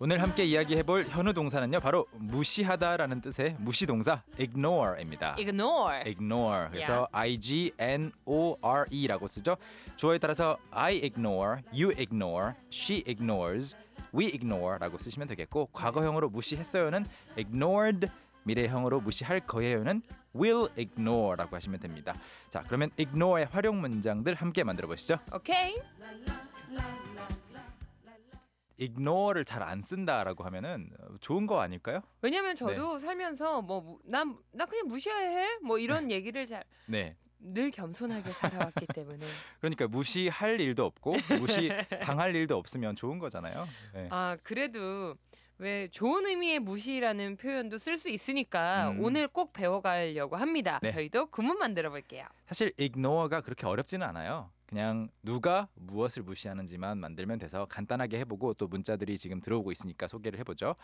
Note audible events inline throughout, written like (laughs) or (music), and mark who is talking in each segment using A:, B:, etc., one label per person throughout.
A: 오늘 함께 이야기해볼 현우 동사는요 바로 무시하다라는 뜻의 무시 동사 ignore입니다.
B: Ignore.
A: ignore 그래서 i g n o r e라고 쓰죠. 주어에 따라서 I ignore, you ignore, she ignores, we ignore라고 쓰시면 되겠고 과거형으로 무시했어요는 ignored, 미래형으로 무시할 거예요는 will ignore라고 하시면 됩니다. 자 그러면 ignore의 활용 문장들 함께 만들어 보시죠.
B: 오케이.
A: ignore를 잘 안 쓴다라고 하면은 좋은 거 아닐까요?
B: 왜냐면
A: 네.
B: 저도 살면서 뭐난나 그냥 무시해. 뭐 이런 얘기를
A: 네.
B: 잘 늘 겸손하게 살아왔기 때문에
A: 그러니까 무시할 일도 없고
B: (laughs)
A: 무시 당할 일도 없으면 좋은 거잖아요. 네.
B: 아 그래도 왜 좋은 의미의 무시라는 표현도 쓸 수 있으니까
A: 음.
B: 오늘 꼭 배워가려고 합니다.
A: 네.
B: 저희도 구문 만들어 볼게요.
A: 사실 ignore가 그렇게 어렵지는 않아요. 그냥 누가 무엇을 무시하는지만 만들면 돼서 간단하게 해보고 또 문자들이 지금 들어오고 있으니까 소개를 해보죠.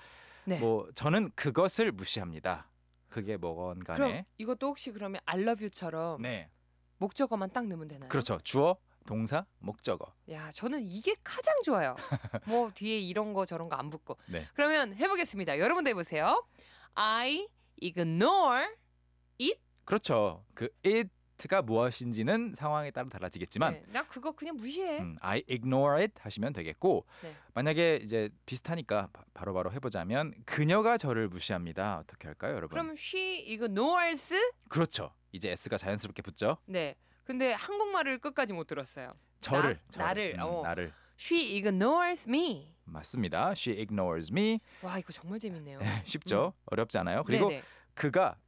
B: 네.
A: 뭐 저는 그것을 무시합니다. 그게 뭐건
B: 그럼
A: 간에
B: 이것도 혹시 그러면 I love you처럼
A: 아, 네
B: 목적어만 딱 넣으면 되나요?
A: 그렇죠 주어 동사 목적어
B: 야, 저는 이게 가장
A: (laughs)
B: 좋아요. 뭐 뒤에 이런 거 저런 거 안 붙고.
A: 네.
B: 그러면 해보겠습니다. 여러분도 해보세요. I ignore.
A: 그렇죠 그 it가 무엇인지는 상황에 따라 달라지겠지만
B: 네, 나 그거 그냥 무시해.
A: 음, I ignore it 하시면 되겠고
B: 네.
A: 만약에 이제 비슷하니까 바- 바로바로 해보자면 그녀가 저를 무시합니다 어떻게 할까요 여러분?
B: 그럼 she ignores.
A: 그렇죠 이제 s가 자연스럽게 붙죠
B: 네. 근데 한국말을 끝까지 못 들었어요.
A: 저를 음,
B: 나? 나를, 어.
A: 나를
B: She ignores me.
A: 맞습니다 she ignores me (laughs)
B: 와, 이거 정말 재밌네요.
A: 쉽죠 어렵지 않아요 (laughs) 그리고
B: 음. 네네.
A: 그가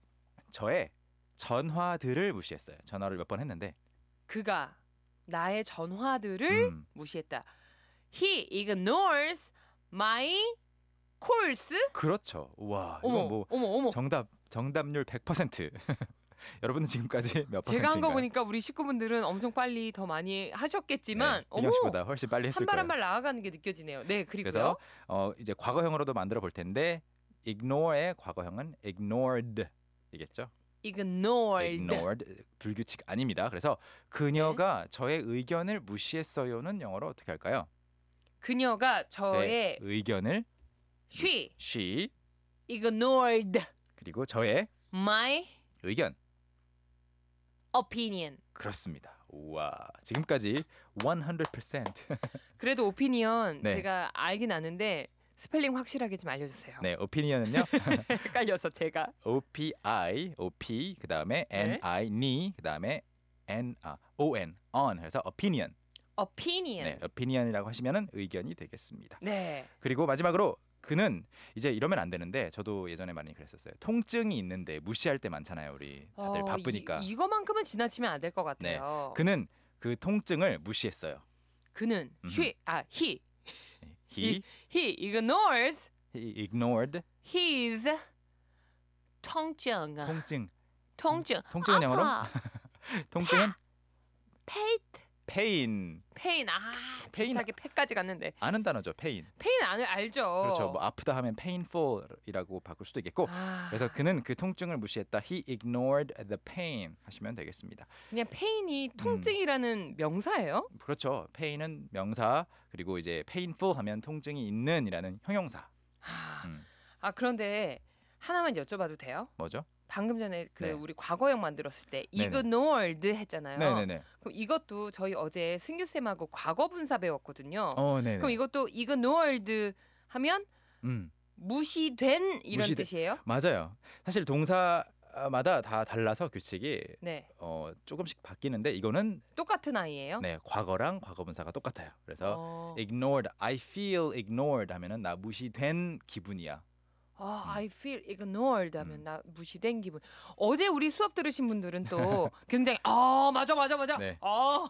A: 저의 전화들을 무시했어요 전화를 몇 번 했는데
B: 그가 나의 전화들을
A: 음,
B: 무시했다. He ignores my calls.
A: 그렇죠 와
B: 어머,
A: 이건 뭐
B: 어머, 어머.
A: 정답 정답률 100% (laughs) 여러분은 지금까지 몇
B: 제가 한 거
A: 퍼센트인가요?
B: 보니까 우리 식구분들은 엄청 빨리 더 많이 하셨겠지만
A: 네, 이경 씨보다 훨씬 빨리 했을
B: 한 발
A: 거예요.
B: 한 발 나아가는 게 느껴지네요. 네, 그리고요.
A: 그래서 어 이제 과거형으로도 만들어 볼 텐데 ignore의 과거형은 ignored이겠죠.
B: ignored. 네.
A: ignored 불규칙 아닙니다. 그래서 그녀가 저의 의견을 무시했어요는 영어로 어떻게 할까요?
B: 그녀가
A: 제
B: 저의
A: 의견을
B: she
A: she
B: ignored
A: 그리고 저의
B: my
A: 의견
B: opinion.
A: 그렇습니다. 우와 지금까지
B: (laughs)
A: 100%
B: 그래도 opinion
A: 네.
B: 제가 알긴 아는데 스펠링 확실하게 좀 알려주세요.
A: 네 opinion은요
B: 헷갈려서 제가
A: O P I O P 그 다음에
B: 네.
A: N I ni 그 다음에 N 아 O N on 그래서 opinion 네,
B: opinion.
A: opinion이라고 하시면은 의견이 되겠습니다.
B: 네.
A: 그리고 마지막으로 그는 이제 이러면 안 되는데 저도 예전에 많이 그랬었어요. 통증이 있는데 무시할 때 많잖아요, 우리 다들
B: 어,
A: 바쁘니까.
B: 이, 이거만큼은 지나치면 안 될 것 같아요.
A: 그는 그 통증을 무시했어요.
B: 그, 는
A: 음.
B: she 아 he
A: He,
B: he ignores
A: he ignored
B: his 통증.
A: 통증.
B: 통증.
A: 통증은
B: 아. 아파.
A: 영어로? 통증은
B: 페이트.
A: pain.
B: 페인. 아,
A: 페인.
B: 비슷하게 페까지 갔는데.
A: 아는 단어죠, pain.
B: 페인 안 알죠.
A: 그렇죠. 뭐 아프다 하면 painful이라고 바꿀 수도 있겠고.
B: 아,
A: 그래서 그는 그 통증을 무시했다. He ignored the pain 하시면 되겠습니다.
B: 그냥 페인이
A: 음.
B: 통증이라는 명사예요?
A: 그렇죠. pain은 명사 그리고 이제 painful 하면 통증이 있는이라는 형용사.
B: 아,
A: 음.
B: 아, 그런데 하나만 여쭤봐도 돼요?
A: 뭐죠?
B: 방금 전에 그
A: 네.
B: 우리 과거형 만들었을 때
A: 네네.
B: ignored 했잖아요.
A: 네네네.
B: 그럼 이것도 저희 어제 승규 쌤하고 과거 분사 배웠거든요.
A: 어, 네네.
B: 그럼 이것도 ignored 하면
A: 음,
B: 무시된 이런
A: 무시된.
B: 뜻이에요?
A: 맞아요. 사실 동사마다 다 달라서 규칙이
B: 네.
A: 어, 조금씩 바뀌는데 이거는
B: 똑같은 아이예요?
A: 네 과거랑 과거분사가 똑같아요. 그래서
B: 그렇죠? 어.
A: ignored, I feel ignored 하면은 나 무시된 기분이야.
B: 아,
A: 음.
B: I feel ignored 하면
A: 음.
B: 나 무시된 기분. 어제 우리 수업 들으신 분들은
A: (laughs)
B: 또 굉장히 아 맞아 맞아 맞아.
A: 네. (laughs)
B: 어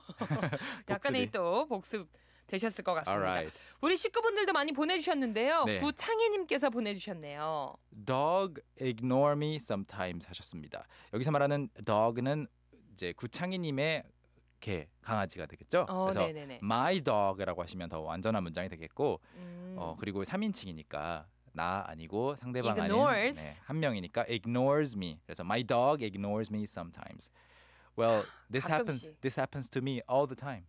B: 약간의
A: 복습이.
B: 또 복습 되셨을 것 같습니다.
A: Alright.
B: 우리 식구분들도 많이 보내주셨는데요.
A: 네.
B: 구창희님께서 보내주셨네요.
A: Dog ignore me sometimes 하셨습니다. 여기서 말하는 dog는 이제 구창희님의 개 강아지가 되겠죠.
B: 어,
A: 그래서 음,
B: 네네네.
A: my dog라고 하시면 더 완전한 문장이 되겠고
B: 음,
A: 어 그리고 3인칭이니까 나 아니고 상대방 아닌
B: Ignores.
A: 네, 한 명이니까 ignores me. 그래서 my dog ignores me sometimes.
B: (laughs)
A: Well, this happens.
B: 가끔씩.
A: This happens to me all the time.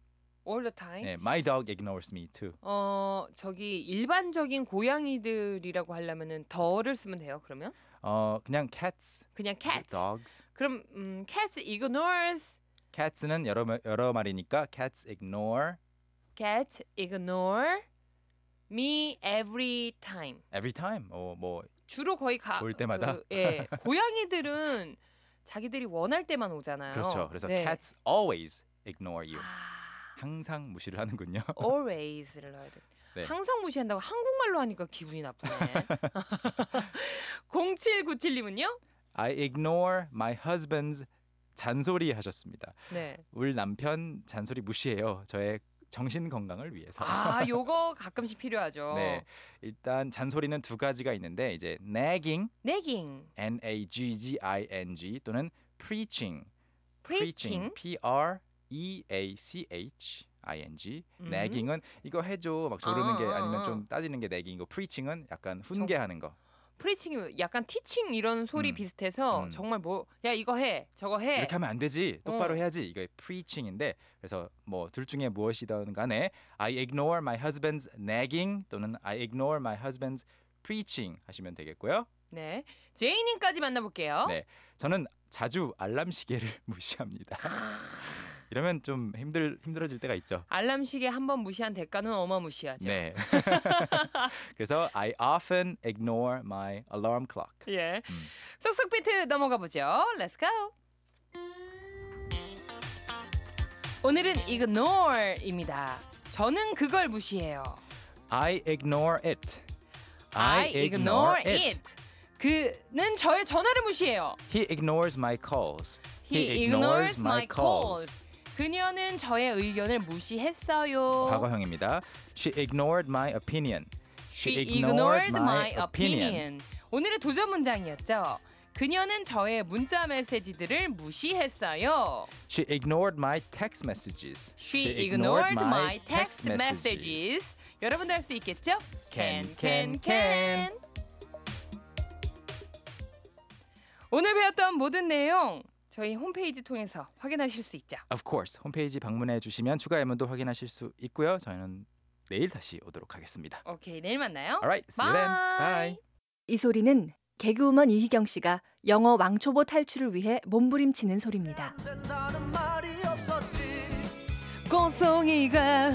B: all the time.
A: 네, my dog ignores me too.
B: 어 저기 일반적인 고양이들이라고 하려면은 더를 쓰면 돼요. 그러면
A: 어, 그냥 cats.
B: 그냥
A: is it
B: cats.
A: Dogs.
B: 그럼 음, cats ignores,
A: cats는 여러 말- 여러 말이니까 cats ignore
B: cats ignore me every time.
A: every time. 어, 뭐
B: 주로 거의 가.
A: 올 때마다?
B: 그, 예. 고양이들은 자기들이 원할 때만 오잖아요.
A: 그렇죠. 그래서
B: 네.
A: cats always ignore you.
B: 아,
A: 항상 무시를 하는군요.
B: always를 넣어야 돼.
A: 네.
B: 항상 무시한다고 한국말로 하니까
A: (laughs)
B: 기분이 나쁘네. 0797님은요?
A: I ignore my husband's 잔소리 하셨습니다.
B: 네.
A: 우리 남편 잔소리 무시해요. 저의 정신 건강을 위해서.
B: 아, 요거 가끔씩 필요하죠.
A: 네. 일단 잔소리는 두 가지가 있는데 이제 nagging,
B: nagging,
A: n a g g i n g 또는 preaching,
B: preaching.
A: p r e a c h i n g.
B: 음.
A: nagging은 이거 해줘 막 조르는
B: 아,
A: 게
B: 아,
A: 아니면
B: 아.
A: 좀 따지는 게 nagging이고 preaching은 약간 훈계하는 거.
B: preaching 약간 teaching 이런 소리
A: 음.
B: 비슷해서
A: 음.
B: 정말 뭐 야 이거 해. 저거 해.
A: 이렇게 하면 안 되지. 똑바로
B: 어.
A: 해야지. 이게 preaching인데 그래서 뭐 둘 중에 무엇이든 간에 I ignore my husband's nagging 또는 I ignore my husband's preaching 하시면 되겠고요.
B: 네. 제이 님까지 만나 볼게요.
A: 네. 저는 자주 알람 시계를 (laughs) 무시합니다.
B: 아.
A: 이러면 좀 힘들 힘들어질 때가 있죠.
B: 알람 시계 한 번 무시한 대가는 어마무시하죠.
A: 네. (laughs) 그래서 I often ignore my alarm clock.
B: 예.
A: 음.
B: 쏙쏙 비트 넘어가 보죠. Let's go. 오늘은 ignore입니다. 저는 그걸 무시해요.
A: I ignore it.
B: I, ignore it. 그는 저의 전화를 무시해요.
A: He ignores my calls.
B: He, ignores my calls. 그녀는 저의 의견을 무시했어요.
A: 과거형입니다. She ignored my opinion.
B: She ignored my opinion. 오늘의 도전 문장이었죠. 그녀는 저의 문자 메시지들을 무시했어요.
A: She ignored my text messages.
B: She ignored my text messages. 여러분도 할 수 있겠죠?
A: Can, can, can.
B: 오늘 배웠던 모든 내용 저희 홈페이지 통해서 확인하실 수 있죠.
A: Of course. 홈페이지 방문해 주시면 추가 예문도 확인하실 수 있고요. 저희는 내일 다시 오도록 하겠습니다.
B: 오케이, 내일 만나요.
A: Alright, see you then.
B: Bye.
A: Bye.
C: 이 소리는 개그우먼 이희경 씨가 영어 왕초보 탈출을 위해 몸부림치는 소리입니다.
B: 꽃송이가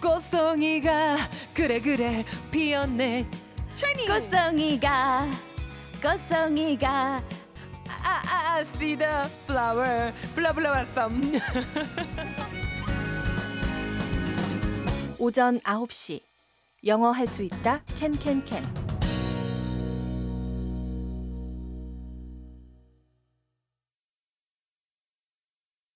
B: 꽃송이가 그래 그래 피었네 샤이니
C: 꽃송이가 꽃송이가
B: 아아 아, see the flower 블라블라 썸
C: 오전 9시 영어 할 수 있다 캔캔캔